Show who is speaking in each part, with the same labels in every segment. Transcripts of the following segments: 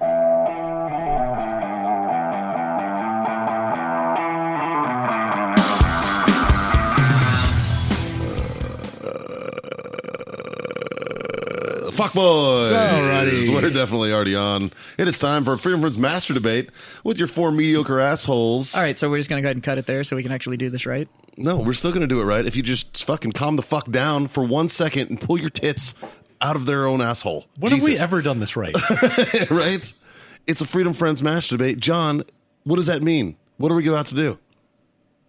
Speaker 1: Uh, Fuck boys!
Speaker 2: Alrighty.
Speaker 1: We're definitely already on. It is time for Freedom Friends Master Debate with your four mediocre assholes.
Speaker 3: All right, so we're just gonna go ahead and cut it there, so we can actually do this right.
Speaker 1: No, we're still going to do it right. If you just fucking calm the fuck down for one second and pull your tits out of their own asshole.
Speaker 2: When have we
Speaker 1: Jesus.
Speaker 2: ever done this right?
Speaker 1: right? It's a Freedom Friends Master Debate. John, what does that mean? What are we about to do?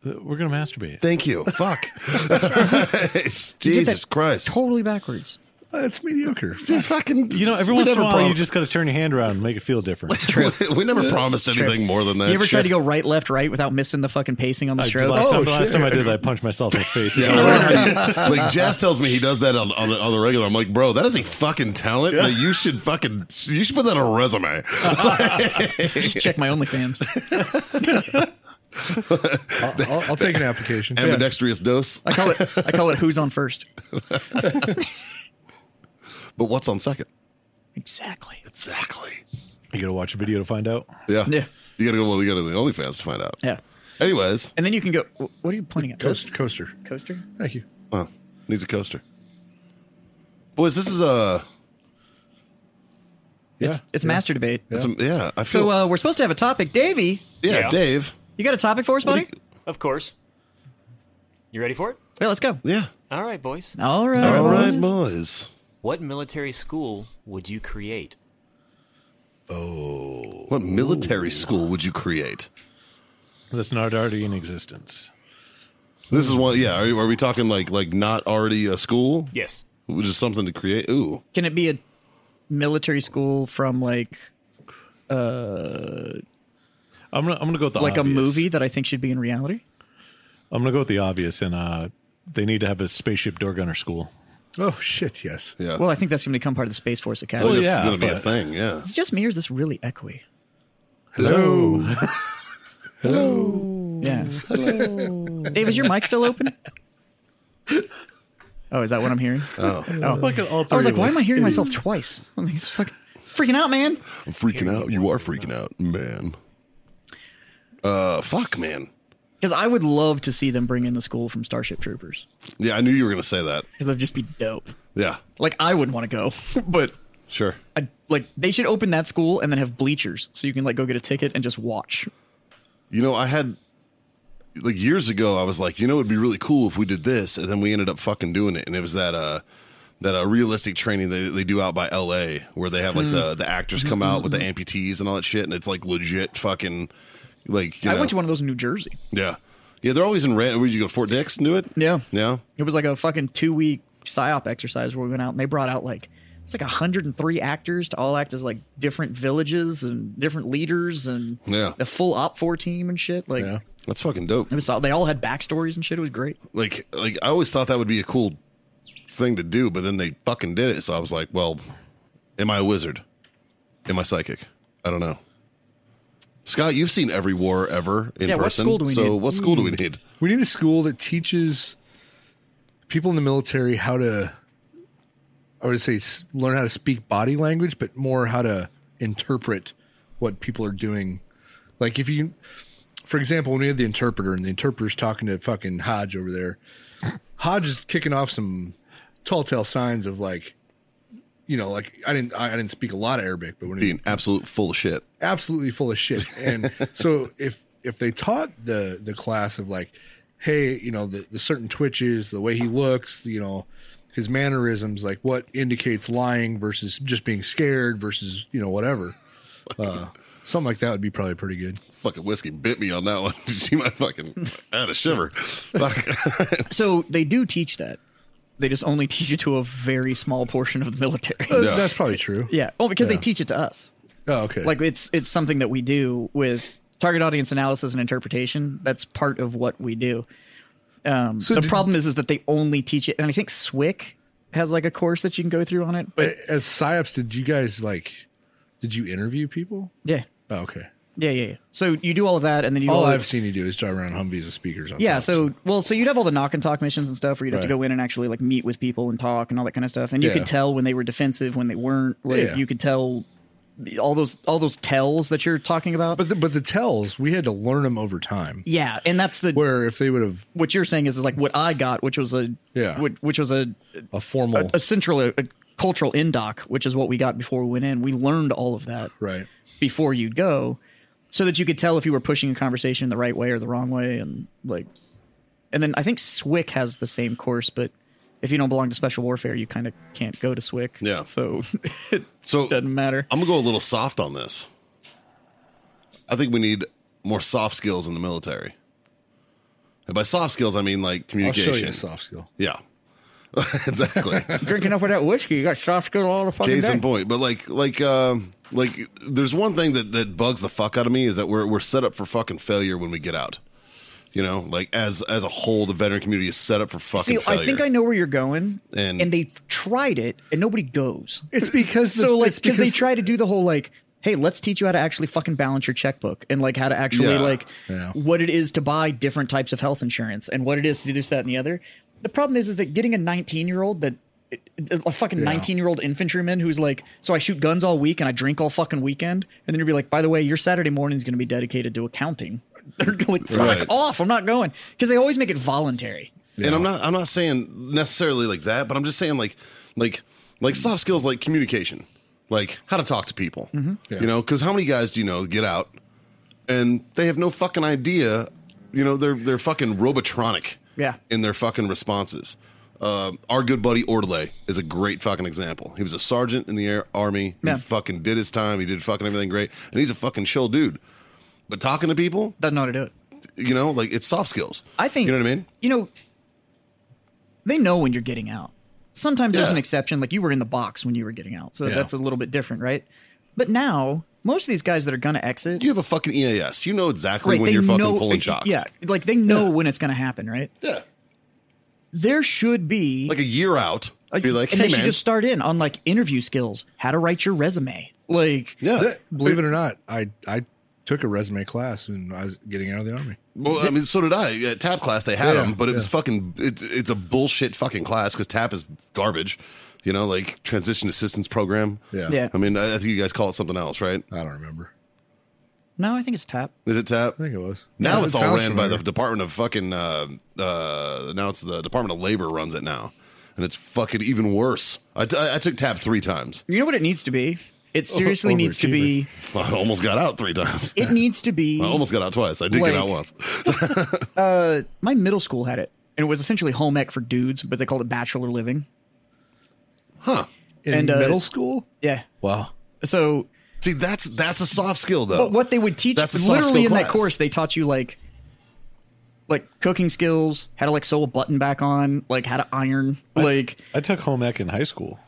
Speaker 2: We're gonna masturbate.
Speaker 1: Thank you. Fuck.
Speaker 3: You did that
Speaker 1: Jesus Christ.
Speaker 3: Totally backwards.
Speaker 1: That's mediocre. Yeah, fucking.
Speaker 2: You know, every
Speaker 1: we
Speaker 2: once in a
Speaker 1: never
Speaker 2: while,
Speaker 1: prom-
Speaker 2: you just gotta turn your hand around and make it feel different.
Speaker 1: we never promised anything more than that.
Speaker 3: You ever
Speaker 1: shit.
Speaker 3: tried to go right, left, right without missing the fucking pacing on the
Speaker 2: I,
Speaker 3: stroke?
Speaker 2: last, time,
Speaker 3: Oh,
Speaker 2: the last time I did, that, I punched myself in the face.
Speaker 1: Yeah, we're- like Jazz tells me he does that on, on, the, on the regular. I'm like, bro, that is a fucking talent that you should fucking you should put that on a resume.
Speaker 3: just check my OnlyFans.
Speaker 4: I'll, I'll- I'll take an application.
Speaker 1: Ambidextrous dose,
Speaker 3: I call it. I call it. Who's on first?
Speaker 1: but what's on second?
Speaker 3: Exactly.
Speaker 1: Exactly.
Speaker 2: You gotta watch a video to find out.
Speaker 1: Yeah.
Speaker 3: Yeah.
Speaker 1: You gotta go. Well, you gotta do the OnlyFans to find out.
Speaker 3: Yeah.
Speaker 1: Anyways,
Speaker 3: And then you can go. wh- What are you pointing at?
Speaker 4: Coast, coaster.
Speaker 3: Coaster.
Speaker 4: Thank you.
Speaker 1: well, needs a coaster. Boys, this is uh, a.
Speaker 3: It's, it's master debate.
Speaker 1: It's a yeah. I feel.
Speaker 3: So uh, we're supposed to have a topic, Davey.
Speaker 1: yeah,
Speaker 5: Yeah.
Speaker 1: Dave.
Speaker 3: You got a topic for us, buddy?
Speaker 5: Of course. You ready for it?
Speaker 3: Yeah, let's go.
Speaker 1: Yeah.
Speaker 5: All right, boys.
Speaker 3: All right. All
Speaker 1: All
Speaker 3: right.
Speaker 1: right, boys.
Speaker 5: What military school would you create?
Speaker 1: What military school would you create?
Speaker 2: That's not already in existence.
Speaker 1: This is one. Yeah. Are, you- are we talking like like not already a school?
Speaker 5: Yes.
Speaker 1: Which is something to create. Ooh.
Speaker 3: Can it be a military school from like
Speaker 2: I'm gonna I'm gonna go with the
Speaker 3: like a
Speaker 2: obvious.
Speaker 3: movie that I think should be in reality?
Speaker 2: I'm gonna go with the obvious, and uh, they need to have a spaceship door gunner school.
Speaker 4: Oh shit! Yes.
Speaker 1: Yeah.
Speaker 3: Well, I think that's going to become part of the Space Force Academy.
Speaker 2: Well,
Speaker 1: it's
Speaker 2: yeah,
Speaker 1: gonna be a
Speaker 2: but-
Speaker 1: thing. Yeah.
Speaker 3: It's just me, or is this really echoey?
Speaker 4: Hello.
Speaker 3: Yeah. Hello. Dave, is your mic still open? Oh, is that what I'm hearing? Oh.
Speaker 2: Look at all
Speaker 3: I was
Speaker 2: three
Speaker 3: like,
Speaker 2: of
Speaker 3: why
Speaker 2: us.
Speaker 3: am I hearing myself twice? I'm like, it's fucking freaking out, man.
Speaker 1: I'm freaking out. You are freaking out, man. Uh, fuck, man.
Speaker 3: Because I would love to see them bring in the school from Starship Troopers.
Speaker 1: Yeah, I knew you were gonna say that.
Speaker 3: Because that'd just be dope.
Speaker 1: Yeah.
Speaker 3: Like, I would want to go, but
Speaker 1: Sure.
Speaker 3: I, like they should open that school and then have bleachers so you can like go get a ticket and just watch.
Speaker 1: You know, I had like years ago. I was like, you know, it'd be really cool if we did this, and then we ended up fucking doing it. And it was that uh that uh, realistic training they, they do out by L.A. where they have like the the actors come out with the amputees and all that shit, and it's like legit fucking like. You
Speaker 3: I
Speaker 1: know,
Speaker 3: went to one of those in New Jersey.
Speaker 1: Yeah, yeah. They're always in random. Where'd you go? Fort Dix and do it.
Speaker 3: Yeah.
Speaker 1: Yeah.
Speaker 3: It was like a fucking two week psyop exercise where we went out and they brought out like it's like 103 actors to all act as like different villages and different leaders and
Speaker 1: Yeah.
Speaker 3: the full op four team and shit. Like
Speaker 4: Yeah.
Speaker 1: That's fucking dope.
Speaker 3: it was all, they all had backstories and shit. It was great.
Speaker 1: Like, like I always thought that would be a cool thing to do, but then they fucking did it. So I was like, well, am I a wizard? Am I psychic? I don't know. Scott, you've seen every war ever in
Speaker 3: Yeah, what
Speaker 1: person.
Speaker 3: school do we
Speaker 1: so
Speaker 3: need? Hmm.
Speaker 1: what school do we need?
Speaker 4: We need a school that teaches people in the military how to. I would say s- learn how to speak body language, but more how to interpret what people are doing. Like if you, for example, when we had the interpreter and the interpreter's talking to fucking Hodge over there, Hodge is kicking off some tall tale signs of like, you know, like I didn't I I didn't speak a lot of Arabic, but when he
Speaker 1: Being absolute full of shit.
Speaker 4: absolutely full of shit. And so if if they taught the the class of like, hey, you know, the, the certain twitches, the way he looks, you know, his mannerisms, like what indicates lying versus just being scared versus you know whatever, uh, something like that would be probably pretty good.
Speaker 1: Fucking whiskey bit me on that one. Did you see my fucking I had a shiver. Fuck.
Speaker 3: So they do teach that. They just only teach it to a very small portion of the military.
Speaker 1: Yeah.
Speaker 4: Uh, That's probably true.
Speaker 3: yeah. Well, because they teach it to us.
Speaker 4: Oh, okay.
Speaker 3: like it's it's something that we do with target audience analysis and interpretation that's part of what we do um, the
Speaker 4: did-
Speaker 3: problem is is that they only teach it and i think swic has like a course that you can go through on it.
Speaker 4: But as psyops, did you guys like? Did you interview people?
Speaker 3: Yeah.
Speaker 4: Oh, okay.
Speaker 3: Yeah, yeah, yeah. So you do all of that, and then you do
Speaker 4: All
Speaker 3: all
Speaker 4: I've
Speaker 3: of,
Speaker 4: seen you do is drive around Humvees with speakers on.
Speaker 3: yeah.
Speaker 4: top,
Speaker 3: So well, so you'd have all the knock and talk missions and stuff, where you'd have to
Speaker 4: Right.
Speaker 3: go in and actually like meet with people and talk and all that kind of stuff, and you
Speaker 4: Yeah.
Speaker 3: could tell when they were defensive, when they weren't. Like
Speaker 4: Yeah.
Speaker 3: you could tell all those all those tells that you're talking about.
Speaker 4: but the, but the tells we had to learn them over time.
Speaker 3: yeah, and that's the
Speaker 4: Where if they would have
Speaker 3: what you're saying is, is like what I got, which was a
Speaker 4: Yeah. Oh.
Speaker 3: which, which was a
Speaker 4: a formal
Speaker 3: a central a, cultural indoc, which is what we got before we went in. We learned all of that
Speaker 4: right,
Speaker 3: before you'd go, so that you could tell if you were pushing a conversation the right way or the wrong way, and like, and then I think SWIC has the same course, but if you don't belong to Special Warfare, you kind of can't go to SWIC.
Speaker 1: Yeah.
Speaker 3: so it
Speaker 1: So
Speaker 3: doesn't matter.
Speaker 1: I'm gonna go a little soft on this. I think we need more soft skills in the military. And by soft skills, I mean like
Speaker 4: I'll show you
Speaker 1: communication.
Speaker 4: a soft skill.
Speaker 1: Yeah, exactly.
Speaker 3: Drinking up with that whiskey, you got soft skin all the fucking
Speaker 1: Case
Speaker 3: day.
Speaker 1: in point, but like, like, um, like, there's one thing that that bugs the fuck out of me is that we're we're set up for fucking failure when we get out. You know, like as as a whole, the veteran community is set up for fucking
Speaker 3: See,
Speaker 1: failure.
Speaker 3: I think I know where you're going,
Speaker 1: And-
Speaker 3: and, they tried it, and nobody goes.
Speaker 4: It's because the-
Speaker 3: so like
Speaker 4: it's
Speaker 3: because they
Speaker 4: because-
Speaker 3: try to do the whole like hey let's teach you how to actually fucking balance your checkbook and like how to actually
Speaker 1: Yeah,
Speaker 3: like
Speaker 4: yeah.
Speaker 3: what it is to buy different types of health insurance and what it is to do this that and the other the problem is is that getting a 19 year old that a fucking 19 year old infantryman who's like so i shoot guns all week and i drink all fucking weekend and then you'll be like by the way your saturday morning's going to be dedicated to accounting they're like fuck
Speaker 1: Right.
Speaker 3: off i'm not going because they always make it voluntary
Speaker 1: and I'm not I'm not saying necessarily like that, but I'm just saying like like like soft skills like communication, like how to talk to people.
Speaker 3: Mm-hmm.
Speaker 1: You know, because how many guys do you know that get out and they have no fucking idea? You know, they're they're fucking robotronic.
Speaker 3: Yeah.
Speaker 1: In their fucking responses. Uh, our good buddy Orle is a great fucking example. He was a sergeant in the air army.
Speaker 3: Yeah.
Speaker 1: He fucking did his time. He did fucking everything great, and he's a fucking chill dude. But talking to people,
Speaker 3: doesn't know how to do it
Speaker 1: you know, like it's soft skills.
Speaker 3: I think
Speaker 1: you know what I mean.
Speaker 3: You know, they know when you're getting out. Sometimes there's
Speaker 1: Yeah.
Speaker 3: an exception, like you were in the box when you were getting out, so
Speaker 4: Yeah.
Speaker 3: that's a little bit different, right? But now, most of these guys that are gonna exit,
Speaker 1: You have a fucking EAS. You know exactly
Speaker 3: right,
Speaker 1: when
Speaker 3: they
Speaker 1: you're fucking
Speaker 3: know,
Speaker 1: pulling jocks.
Speaker 3: yeah, like they know
Speaker 1: Yeah.
Speaker 3: when it's gonna happen, right?
Speaker 1: Yeah.
Speaker 3: There should be
Speaker 1: Like a year out,
Speaker 3: like-
Speaker 1: be like,
Speaker 3: and
Speaker 1: hey
Speaker 3: they should
Speaker 1: man,
Speaker 3: just start in on like interview skills, how to write your resume, like
Speaker 1: yeah.
Speaker 4: That- believe it or not, I I took a resume class when I was getting out of the army.
Speaker 1: well, I mean, so did I. At Tap class, they had
Speaker 4: Yeah,
Speaker 1: them, but it was
Speaker 4: yeah.
Speaker 1: fucking. It, it's a bullshit fucking class because Tap is garbage. You know, like transition assistance program.
Speaker 4: Yeah.
Speaker 3: Yeah.
Speaker 1: I mean, I, I think you guys call it something else, right?
Speaker 4: I don't remember.
Speaker 3: no, I think it's tap.
Speaker 1: Is it Tap?
Speaker 4: I think it was.
Speaker 1: Now
Speaker 4: Yeah,
Speaker 1: it's
Speaker 4: it
Speaker 1: all
Speaker 4: sounds
Speaker 1: ran by the
Speaker 4: familiar.
Speaker 1: Department of fucking. Uh, uh, now it's the Department of Labor runs it now, and it's fucking even worse. I, t- I I took Tap three times.
Speaker 3: You know what it needs to be? It
Speaker 1: Oh,
Speaker 3: seriously needs to be.
Speaker 1: I almost got out three times.
Speaker 3: It needs to be.
Speaker 1: I almost got out twice. I did
Speaker 3: Like-
Speaker 1: get out once.
Speaker 3: my middle school had it, and it was essentially home ec for dudes, but they called it bachelor living.
Speaker 4: in
Speaker 3: and, uh,
Speaker 4: middle school.
Speaker 3: Yeah.
Speaker 4: Wow.
Speaker 3: So,
Speaker 1: See, that's that's a soft skill though.
Speaker 3: but what they would teach
Speaker 1: That's a soft
Speaker 3: literally in
Speaker 1: skill
Speaker 3: that
Speaker 1: class.
Speaker 3: course, they taught you like, like cooking skills, how to like sew a button back on, like how to iron, like
Speaker 2: I took home ec in high school.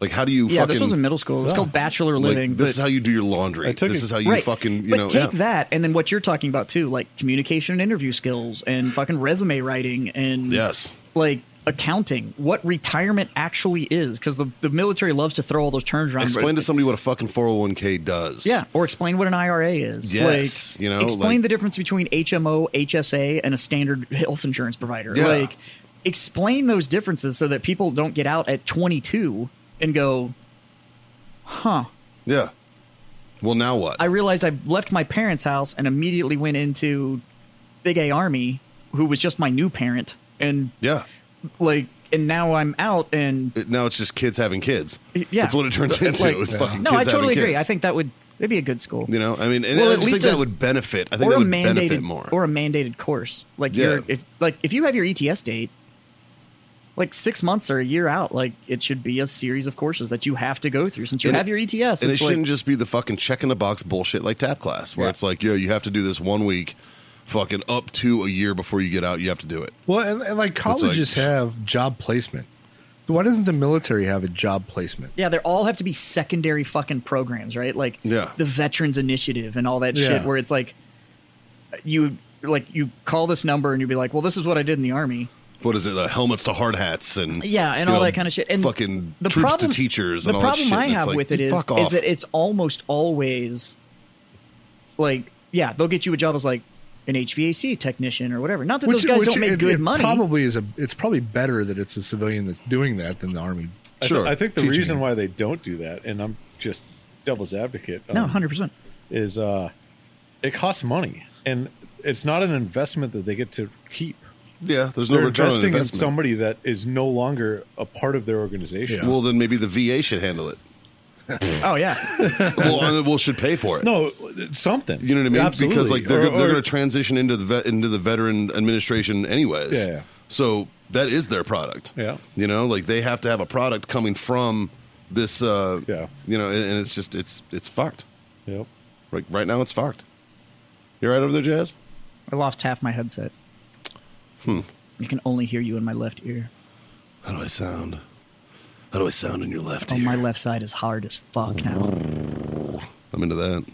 Speaker 1: like, how do you?
Speaker 3: yeah.
Speaker 1: fucking,
Speaker 3: This was in middle school. It's
Speaker 2: Yeah.
Speaker 3: called bachelor
Speaker 1: Like,
Speaker 3: living.
Speaker 1: this
Speaker 3: but-
Speaker 1: is how you do your laundry.
Speaker 2: I took
Speaker 1: This
Speaker 2: it-
Speaker 1: is how you
Speaker 3: right.
Speaker 1: fucking you
Speaker 3: but
Speaker 1: know.
Speaker 3: take
Speaker 1: yeah.
Speaker 3: that, and then what you're talking about too, like communication and interview skills, and fucking resume writing, and
Speaker 1: Yes.
Speaker 3: like accounting, what retirement actually is, because the, the military loves to throw all those terms around.
Speaker 1: Explain to somebody what a fucking four hundred one k does.
Speaker 3: Yeah, or explain what an IRA is.
Speaker 1: Yes,
Speaker 3: like,
Speaker 1: you know,
Speaker 3: explain
Speaker 1: like-
Speaker 3: the difference between HMO, HSA, and a standard health insurance provider.
Speaker 1: Yeah.
Speaker 3: Like, explain those differences so that people don't get out at 22 and go,
Speaker 1: yeah. Well, now what?
Speaker 3: I realized I left my parents' house and immediately went into Big A Army, who was just my new parent, and
Speaker 1: yeah.
Speaker 3: like, and now I'm out and
Speaker 1: It- now it's just kids having kids.
Speaker 3: yeah,
Speaker 1: That's what it turns into.
Speaker 3: Like-
Speaker 1: it's fucking
Speaker 3: no,
Speaker 1: kids
Speaker 3: I totally
Speaker 1: having
Speaker 3: agree.
Speaker 1: kids.
Speaker 3: I think that would it'd be a good school.
Speaker 1: you know. I mean, and
Speaker 3: Well,
Speaker 1: I
Speaker 3: at
Speaker 1: just
Speaker 3: least
Speaker 1: think that
Speaker 3: a-
Speaker 1: would benefit. I think
Speaker 3: or
Speaker 1: that
Speaker 3: a
Speaker 1: would
Speaker 3: mandated
Speaker 1: benefit more.
Speaker 3: or a mandated course. Like
Speaker 1: Yeah.
Speaker 3: you're if like if you have your ETS date, like six months or a year out, like it should be a series of courses that you have to go through since you
Speaker 1: And it-
Speaker 3: have your ETS.
Speaker 1: and it
Speaker 3: it's like,
Speaker 1: shouldn't just be the fucking check in the box bullshit like tap class where it's like yo you have to do this one week fucking up to a year before you get out you have to do it
Speaker 4: Well, and, and like colleges have job placement. Why doesn't the military have a job placement?
Speaker 3: yeah, they all have to be secondary fucking programs, right? Like
Speaker 1: Yeah.
Speaker 3: the Veterans Initiative and all that
Speaker 4: Yeah.
Speaker 3: shit, where it's like you like you call this number and you'd be like, well, this is what I did in the army.
Speaker 1: what is it? Uh, helmets to hard hats and
Speaker 3: Yeah, and
Speaker 1: you
Speaker 3: all
Speaker 1: know,
Speaker 3: that kind of shit. And
Speaker 1: fucking troops to teachers.
Speaker 3: The
Speaker 1: and all
Speaker 3: problem
Speaker 1: that shit.
Speaker 3: I
Speaker 1: and it's
Speaker 3: have
Speaker 1: like,
Speaker 3: with it is
Speaker 1: fuck off.
Speaker 3: is that it's almost always like yeah, they'll get you a job as like an HVAC technician or whatever. Not that those guys don't make
Speaker 4: it-
Speaker 3: good
Speaker 4: it
Speaker 3: money.
Speaker 4: Probably is a. It's probably better that it's a civilian that's doing that than the army.
Speaker 2: I thi-
Speaker 1: Sure.
Speaker 2: I think the
Speaker 4: Teaching
Speaker 2: reason
Speaker 4: you.
Speaker 2: why they don't do that, and I'm just devil's advocate.
Speaker 3: no,
Speaker 2: um,
Speaker 3: hundred percent.
Speaker 2: is uh, it costs money, and it's not an investment that they get to keep.
Speaker 1: yeah, there's no
Speaker 2: They're
Speaker 1: return on
Speaker 2: investing in
Speaker 1: investment.
Speaker 2: somebody that is no longer a part of their organization.
Speaker 4: Yeah.
Speaker 1: Well, then maybe the VA should handle it.
Speaker 3: Oh yeah,
Speaker 1: well, and well, should pay for it.
Speaker 2: No, something.
Speaker 1: You know what I mean?
Speaker 2: Absolutely.
Speaker 1: Because like they're
Speaker 2: Or-
Speaker 1: go- they're
Speaker 2: or-
Speaker 1: going to transition into the vet, into the veteran administration anyways.
Speaker 2: Yeah, yeah.
Speaker 1: So that is their product.
Speaker 2: Yeah.
Speaker 1: You know, like they have to have a product coming from this. Uh,
Speaker 2: Yeah.
Speaker 1: You know, and, and it's just it's it's fucked.
Speaker 2: Yep.
Speaker 1: Like right now, it's fucked. You're right over there, Jazz.
Speaker 3: I lost half my headset. Hmm. You can only hear you in my left ear.
Speaker 1: How do I sound? How do I sound in your left
Speaker 3: Oh,
Speaker 1: ear?
Speaker 3: my left side is hard as fuck now.
Speaker 1: I'm into that.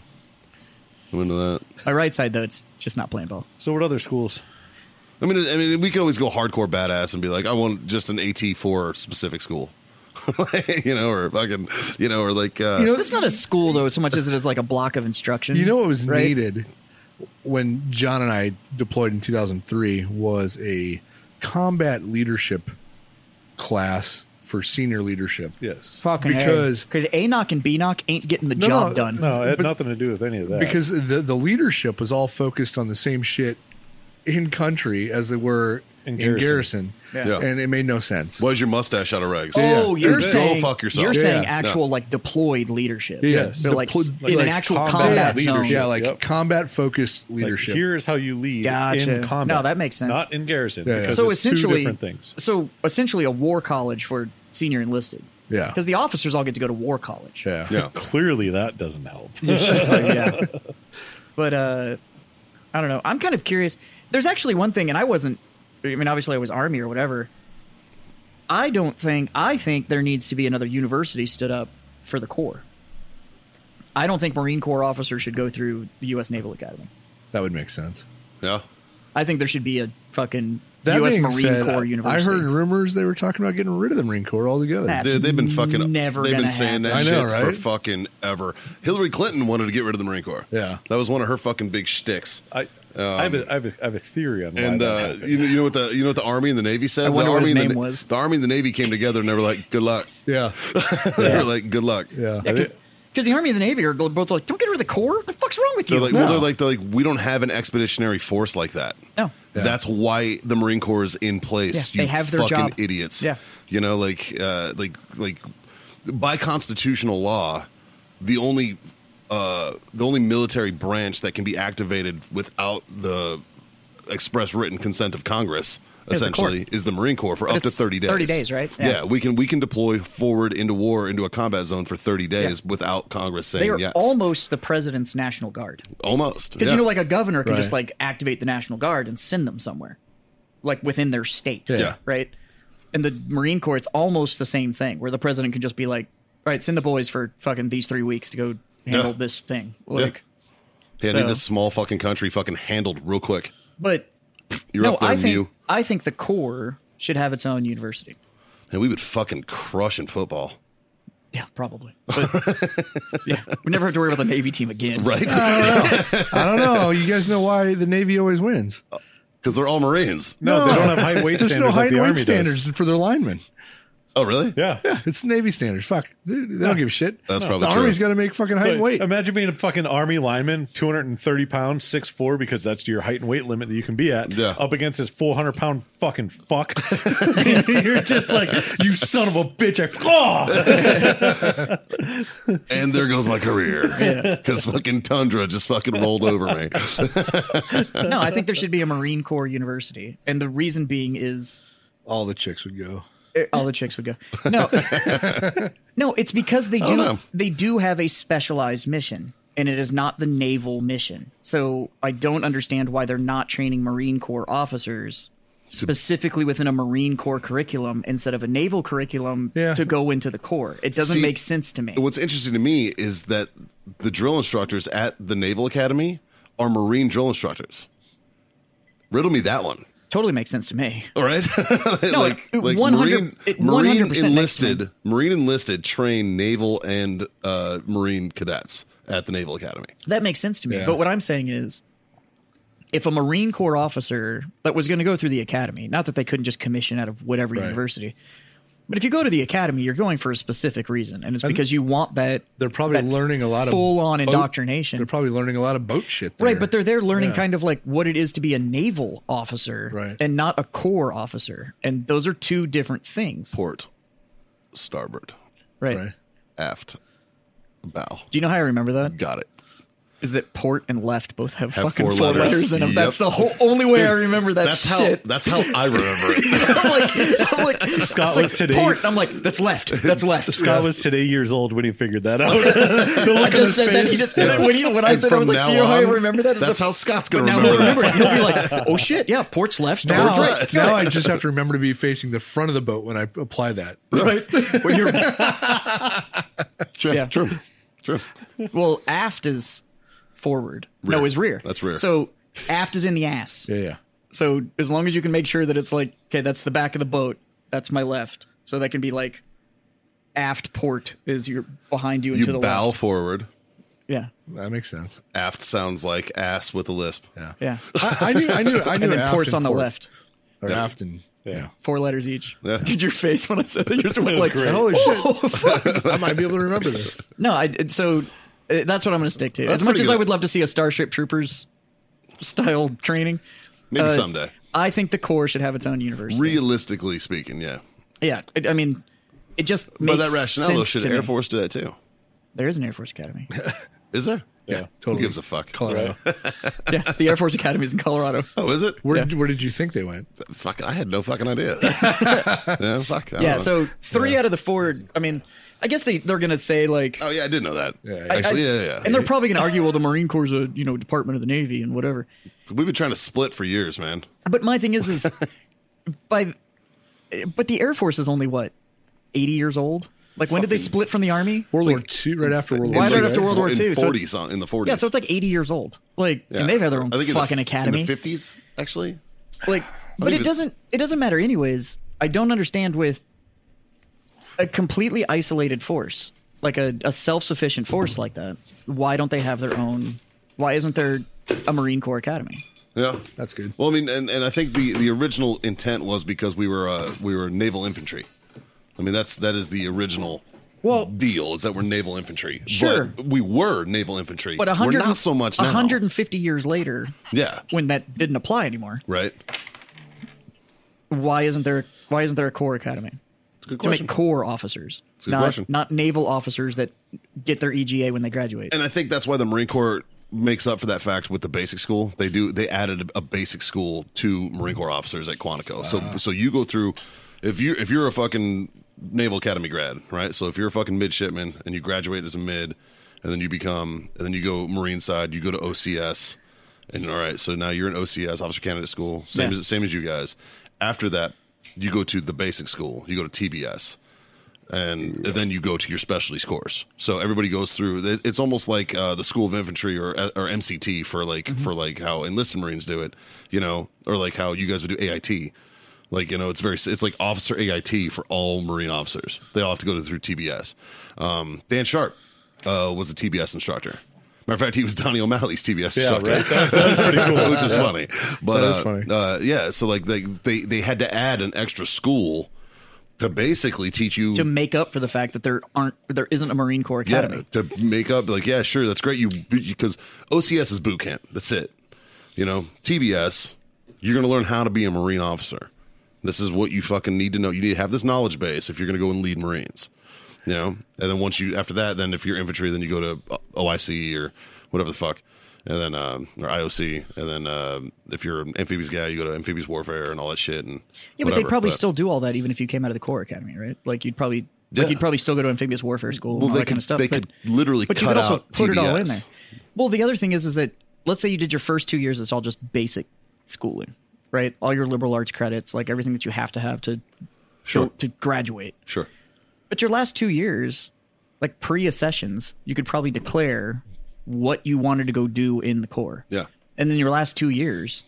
Speaker 1: I'm into that.
Speaker 3: My right side though, it's just not playing ball.
Speaker 2: So what other schools?
Speaker 1: I mean, I mean, we could always go hardcore badass and be like, I want just an AT for specific school, you know, or fucking, you know, or like, uh,
Speaker 4: You know,
Speaker 3: That's not a school though, so much as it is like a block of instruction.
Speaker 4: You know what was
Speaker 3: right?
Speaker 4: needed when John and I deployed in 2003 was a combat leadership class for senior leadership.
Speaker 2: Yes.
Speaker 3: Fucking
Speaker 4: Because-
Speaker 3: because A knock and B knock ain't getting the
Speaker 4: No,
Speaker 3: job
Speaker 4: no,
Speaker 3: done.
Speaker 2: No, it had nothing to do with any of that.
Speaker 4: Because the, the leadership was all focused on the same shit in country as they were
Speaker 2: In
Speaker 4: in,
Speaker 2: garrison.
Speaker 4: garrison.
Speaker 1: Yeah. Yeah.
Speaker 4: And it made no sense.
Speaker 1: was your mustache out of rags?
Speaker 3: Oh,
Speaker 4: Yeah.
Speaker 3: you're
Speaker 4: That's it.
Speaker 3: saying
Speaker 1: Go fuck yourself.
Speaker 3: you're
Speaker 1: Yeah.
Speaker 3: saying
Speaker 1: Yeah.
Speaker 3: actual like deployed leadership.
Speaker 4: Yeah.
Speaker 3: So like
Speaker 4: Deploy-
Speaker 3: s-
Speaker 4: like-
Speaker 3: in
Speaker 4: like
Speaker 3: an actual
Speaker 2: combat
Speaker 3: combat, zone.
Speaker 2: leadership.
Speaker 4: Yeah, like
Speaker 2: Yep.
Speaker 4: combat focused
Speaker 2: Like,
Speaker 4: leadership.
Speaker 2: here's how you lead
Speaker 3: Gotcha.
Speaker 2: in combat.
Speaker 3: No, that makes sense.
Speaker 2: Not in garrison.
Speaker 4: Yeah, yeah.
Speaker 2: because
Speaker 3: So
Speaker 2: it's two
Speaker 3: essentially,
Speaker 2: different things.
Speaker 3: so essentially, a war college for senior enlisted.
Speaker 4: Yeah.
Speaker 3: because the officers all get to go to war college.
Speaker 4: yeah.
Speaker 1: yeah.
Speaker 2: Clearly, that doesn't help.
Speaker 3: yeah. But uh, I don't know. I'm kind of curious. There's actually one thing, and I wasn't. I mean, obviously, I was army or whatever. I don't think. I think there needs to be another university stood up for the Corps. I don't think Marine Corps officers should go through the U.S. Naval Academy.
Speaker 4: That would make sense.
Speaker 1: Yeah.
Speaker 3: I think there should be a fucking
Speaker 4: That
Speaker 3: U.S.
Speaker 4: being
Speaker 3: Marine
Speaker 4: said,
Speaker 3: Corps
Speaker 4: I-
Speaker 3: university.
Speaker 4: I heard rumors they were talking about getting rid of the Marine Corps altogether.
Speaker 3: Nah.
Speaker 1: They, they've been fucking.
Speaker 3: Never
Speaker 1: they've been
Speaker 3: gonna
Speaker 1: saying that
Speaker 4: happen. I know,
Speaker 1: shit for
Speaker 4: right?
Speaker 1: fucking ever. Hillary Clinton wanted to get rid of the Marine Corps.
Speaker 4: Yeah.
Speaker 1: that was one of her fucking big shticks.
Speaker 2: I, I, have a, I, have a, I have a theory on why
Speaker 1: And
Speaker 2: that
Speaker 1: uh,
Speaker 2: happened.
Speaker 1: you know, you know what the you know what the Army and the Navy said.
Speaker 3: I wonder
Speaker 1: the
Speaker 3: what
Speaker 1: Army
Speaker 3: his
Speaker 1: and the,
Speaker 3: name
Speaker 1: Na-
Speaker 3: was.
Speaker 1: the Army and the Navy came together and they were like, "Good luck."
Speaker 4: Yeah.
Speaker 1: they were like, "Good luck."
Speaker 4: Yeah.
Speaker 3: because the Army and the Navy are both like, "Don't get rid of the Corps. What the fuck's wrong with you?"
Speaker 1: They're like, well,
Speaker 3: No.
Speaker 1: they're like, they're like, we don't have an expeditionary force like that.
Speaker 3: No.
Speaker 4: Yeah.
Speaker 1: That's why the Marine Corps is in place.
Speaker 3: Yeah, they have their
Speaker 1: fucking
Speaker 3: job.
Speaker 1: idiots.
Speaker 3: Yeah.
Speaker 1: You know, like, uh, like, like, by constitutional law, the only, uh, the only military branch that can be activated without the express written consent of Congress.
Speaker 3: Is the
Speaker 1: Essentially, is the Marine Corps for up to
Speaker 3: it's
Speaker 1: thirty days.
Speaker 3: 30 days, right?
Speaker 1: Yeah.
Speaker 3: Yeah.
Speaker 1: we can we can deploy forward into war into a combat zone for thirty days without Congress saying
Speaker 3: they are
Speaker 1: yes.
Speaker 3: almost the president's National Guard.
Speaker 1: almost
Speaker 3: Because
Speaker 1: yeah.
Speaker 3: you know, like a governor can just
Speaker 4: Right.
Speaker 3: like activate the National Guard and send them somewhere, like within their state.
Speaker 4: Yeah.
Speaker 3: Right. And the Marine Corps, it's almost the same thing, where the president can just be like, "All right, send the boys for fucking these three weeks to go handle
Speaker 1: Yeah.
Speaker 3: this thing." Like,
Speaker 1: Yeah, I need
Speaker 3: So-
Speaker 1: this small fucking country fucking handled real quick.
Speaker 3: but
Speaker 1: You're
Speaker 3: no,
Speaker 1: up there,
Speaker 3: I think
Speaker 1: Mew.
Speaker 3: I think the Corps should have its own university.
Speaker 1: And we would fucking crush in football.
Speaker 3: Yeah, probably. But yeah, we never have to worry about the Navy team again.
Speaker 1: Right?
Speaker 4: I don't know. You guys know why the Navy always wins.
Speaker 1: Because they're all Marines.
Speaker 2: no, they don't have high weight
Speaker 4: There's
Speaker 2: standards.
Speaker 4: no height
Speaker 2: like the
Speaker 4: and
Speaker 2: Army
Speaker 4: weight
Speaker 2: does.
Speaker 4: standards for their linemen.
Speaker 1: Oh, really?
Speaker 2: Yeah.
Speaker 4: Yeah, it's Navy standards. Fuck, they, they don't give a shit.
Speaker 1: That's
Speaker 4: the
Speaker 1: probably true.
Speaker 4: Army's got to make fucking height and
Speaker 2: But
Speaker 4: weight.
Speaker 2: Imagine being a fucking army lineman, 230 pounds, 6'4, because that's your height and weight limit that you can be at,
Speaker 1: Yeah.
Speaker 2: up against this 400 pound fucking fuck. You're just like, you son of a bitch. I, oh!
Speaker 1: And there goes my career. Because fucking Tundra just fucking rolled over me.
Speaker 3: No, I think there should be a Marine Corps university, and the reason being is
Speaker 4: All the chicks would go.
Speaker 3: all the chicks would go. No, no, it's because they
Speaker 1: don't
Speaker 3: do
Speaker 1: know.
Speaker 3: they do have a specialized mission, and it is not the naval mission. So I don't understand why they're not training Marine Corps officers specifically within a Marine Corps curriculum instead of a naval curriculum
Speaker 4: Yeah.
Speaker 3: to go into the Corps. It doesn't
Speaker 1: See,
Speaker 3: make sense to me.
Speaker 1: What's interesting to me is that the drill instructors at the Naval Academy are Marine drill instructors. Riddle me that one.
Speaker 3: totally makes sense to me.
Speaker 1: All right, like
Speaker 3: it-
Speaker 1: like
Speaker 3: 100
Speaker 1: Marine,
Speaker 3: it
Speaker 1: Marine
Speaker 3: 100% makes
Speaker 1: enlisted, Marine enlisted, train naval and uh, Marine cadets at the Naval Academy.
Speaker 3: That makes sense to me.
Speaker 4: Yeah.
Speaker 3: But what I'm saying is, if a Marine Corps officer that was going to go through the academy, not that they couldn't just commission out of whatever university, but if you go to the academy, you're going for a specific reason, and it's because you want that.
Speaker 4: They're probably
Speaker 3: that
Speaker 4: learning a lot of
Speaker 3: full-on
Speaker 4: boat-
Speaker 3: indoctrination.
Speaker 4: They're probably learning a lot of boat shit.
Speaker 3: Right, but they're there learning
Speaker 4: Yeah.
Speaker 3: kind of like what it is to be a naval officer
Speaker 4: Right.
Speaker 3: and not a corps officer. And those are two different things.
Speaker 1: Port, starboard,
Speaker 3: Right.
Speaker 4: Right.
Speaker 1: aft, bow.
Speaker 3: Do you know how I remember that?
Speaker 1: Got it.
Speaker 3: Is that port and left both have,
Speaker 1: Have
Speaker 3: fucking
Speaker 1: four
Speaker 3: four,
Speaker 1: letters.
Speaker 3: letters. in them.
Speaker 1: Yep.
Speaker 3: That's the whole only way I remember that
Speaker 1: that's
Speaker 3: shit.
Speaker 1: how that's how I remember it.
Speaker 3: I'm like, I'm like,
Speaker 2: Scott
Speaker 3: it's like
Speaker 2: was today-
Speaker 3: Port. I'm like, that's left. That's left.
Speaker 2: Scott was today years old when he figured that out. The look
Speaker 3: I
Speaker 2: on
Speaker 3: just
Speaker 2: his
Speaker 3: said that. He
Speaker 2: face.
Speaker 3: just, and then when, he, when I
Speaker 1: And
Speaker 3: said, it, I was
Speaker 1: from
Speaker 3: like,
Speaker 1: now
Speaker 3: do you know how I
Speaker 1: on,
Speaker 3: remember that? It's
Speaker 1: That's
Speaker 3: the-
Speaker 1: how Scott's gonna
Speaker 3: But now
Speaker 1: remember
Speaker 3: he'll
Speaker 1: that.
Speaker 3: remember it. He'll be like, oh shit, yeah, port's left.
Speaker 4: Now,
Speaker 3: starboard's right.
Speaker 4: now I just have to remember to be facing the front of the boat when I apply that.
Speaker 3: right. When you're
Speaker 1: True,
Speaker 3: Yeah.
Speaker 1: true, true.
Speaker 3: Well, aft is forward.
Speaker 1: Rear.
Speaker 3: No, is rear.
Speaker 1: That's rear.
Speaker 3: So aft is in the ass.
Speaker 4: Yeah, yeah.
Speaker 3: So as long as you can make sure that it's like, okay, that's the back of the boat. That's my left. So that can be like aft port is your behind you and to
Speaker 1: You
Speaker 3: the
Speaker 1: bow
Speaker 3: left.
Speaker 1: forward.
Speaker 3: Yeah.
Speaker 4: That makes sense.
Speaker 1: Aft sounds like ass with a lisp.
Speaker 4: Yeah,
Speaker 3: Yeah.
Speaker 4: I, I knew, I knew, I knew.
Speaker 3: And then
Speaker 4: aft
Speaker 3: port's
Speaker 4: and
Speaker 3: on the
Speaker 4: port,
Speaker 3: left.
Speaker 4: or aft and yeah.
Speaker 3: Four letters each.
Speaker 1: Yeah.
Speaker 3: Did your face when I said that? Yours went like,
Speaker 4: Holy shit! I might be able to remember this.
Speaker 3: Oh, no, I, so uh, that's what I'm going to stick to.
Speaker 1: That's
Speaker 3: as much
Speaker 1: pretty
Speaker 3: as I
Speaker 1: good.
Speaker 3: would love to see a Starship Troopers style training,
Speaker 1: Maybe
Speaker 3: Uh,
Speaker 1: someday.
Speaker 3: I think the Corps should have its own university.
Speaker 1: Realistically speaking, yeah.
Speaker 3: Yeah, it, I mean, it just
Speaker 1: By
Speaker 3: makes
Speaker 1: that rationale, though,
Speaker 3: sense
Speaker 1: should
Speaker 3: to
Speaker 1: Air
Speaker 3: me.
Speaker 1: Force do that too?
Speaker 3: There is an Air Force Academy.
Speaker 1: Is there?
Speaker 4: Yeah,
Speaker 1: Who
Speaker 4: totally.
Speaker 1: gives a fuck?
Speaker 4: Colorado.
Speaker 3: yeah, the Air Force Academy is in Colorado.
Speaker 1: Oh, is it?
Speaker 4: Where,
Speaker 3: Yeah.
Speaker 4: where did you think they went?
Speaker 1: Fuck, I had no fucking idea. yeah, fuck. I don't
Speaker 3: Yeah,
Speaker 1: know.
Speaker 3: so three out of the four. I mean, I guess they they're gonna say like,
Speaker 1: Oh yeah, I did know that.
Speaker 4: yeah.
Speaker 1: Actually,
Speaker 3: I-
Speaker 1: yeah, yeah.
Speaker 3: and they're probably gonna argue, well, the Marine Corps is a you know department of the Navy and whatever.
Speaker 1: We've been trying to split for years, man.
Speaker 3: But my thing is, is by, but the Air Force is only what eighty years old. Like when did they split from the Army?
Speaker 4: World War Two, right after World
Speaker 1: In
Speaker 4: War
Speaker 3: Why
Speaker 4: II,
Speaker 3: right
Speaker 4: right?
Speaker 3: after World War
Speaker 1: in
Speaker 3: II, so it's-
Speaker 1: 40s on- in the 40s.
Speaker 3: Yeah, so it's like eighty years old. Like,
Speaker 1: Yeah.
Speaker 3: and they've had their own
Speaker 1: I think in the
Speaker 3: fucking
Speaker 1: f-
Speaker 3: academy.
Speaker 1: In the 50s, actually.
Speaker 3: like but
Speaker 1: think
Speaker 3: it
Speaker 1: it-
Speaker 3: doesn't it doesn't matter anyways i don't understand with a completely isolated force like a, a self-sufficient force like that why don't they have their own why isn't there a marine corps academy
Speaker 1: Yeah,
Speaker 4: That's good.
Speaker 1: Well, I mean, and, and I think the, the original intent was because we were uh, we were naval infantry. I mean, that's that is the original
Speaker 3: Well-
Speaker 1: deal is that we're naval infantry.
Speaker 3: Sure.
Speaker 1: but we were naval infantry,
Speaker 3: but 100
Speaker 1: we're not so much now.
Speaker 3: 150 years later
Speaker 1: yeah,
Speaker 3: when that didn't apply anymore
Speaker 1: right.
Speaker 3: why isn't there why isn't there a corps academy
Speaker 1: It's a good
Speaker 3: to
Speaker 1: question.
Speaker 3: make corps officers
Speaker 1: a good
Speaker 3: not
Speaker 1: question.
Speaker 3: not naval officers that get their ega when they graduate
Speaker 1: and I think that's why the Marine Corps makes up for that fact with the basic school. They do they added a basic school to Marine Corps officers at Quantico. So so you go through if you if you're a fucking Naval Academy grad, right? So if you're a fucking midshipman and you graduate as a mid and then you become and then you go Marine side, you go to OCS and all right, so now you're in OCS officer candidate school, same
Speaker 3: Yeah.
Speaker 1: as same as you guys. After that, you go to the basic school. You go to TBS and then you go to your specialties course. So everybody goes through. it- It's almost like uh, the School of Infantry or uh, or MCT for like
Speaker 2: Mm-hmm.
Speaker 1: for like how enlisted Marines do it, you know, or like how you guys would do AIT. Like you know, it's very it's like officer AIT for all Marine officers. They all have to go to, through TBS. Um, Dan Sharp uh, was a TBS instructor. Matter of fact, he was Donnie O'Malley's TBS
Speaker 2: Yeah,
Speaker 1: instructor
Speaker 2: right. That's, that's pretty cool.
Speaker 1: which is funny. But
Speaker 4: That is
Speaker 1: uh,
Speaker 4: funny.
Speaker 1: uh, yeah, so like they, they they had to add an extra school to basically teach you
Speaker 3: to make up for the fact that there aren't there isn't a marine corps academy
Speaker 1: yeah to make up like yeah sure that's great you because OCS is boot camp that's it you know TBS you're gonna learn how to be a Marine officer this is what you fucking need to know you need to have this knowledge base if you're gonna go and lead Marines you know and then once you after that then if you're infantry then you go to uh, OIC or whatever the fuck and then um, or IOC and then um, if you're an amphibious guy you go to amphibious warfare and all that shit and
Speaker 3: Yeah, but
Speaker 1: whatever.
Speaker 3: they'd probably still do all that even if you came out of the Corps Academy, right? Like you'd probably
Speaker 1: Yeah.
Speaker 3: like you'd probably still go to amphibious warfare school and
Speaker 1: Well,
Speaker 3: all
Speaker 1: they
Speaker 3: that kind
Speaker 1: could-
Speaker 3: of stuff.
Speaker 1: they
Speaker 3: but,
Speaker 1: could literally
Speaker 3: but you
Speaker 1: cut
Speaker 3: could also
Speaker 1: out
Speaker 3: put it all in there.
Speaker 1: TBS.
Speaker 3: Well, the other thing is is that let's say you did your first two years, it's all just basic schooling, right? All your liberal arts credits, like everything that you have to have to
Speaker 1: Sure.
Speaker 3: to, to graduate.
Speaker 1: sure
Speaker 3: But your last two years, like pre accessions, you could probably declare what you wanted to go do in the Corps.
Speaker 1: yeah
Speaker 3: And then your last two years,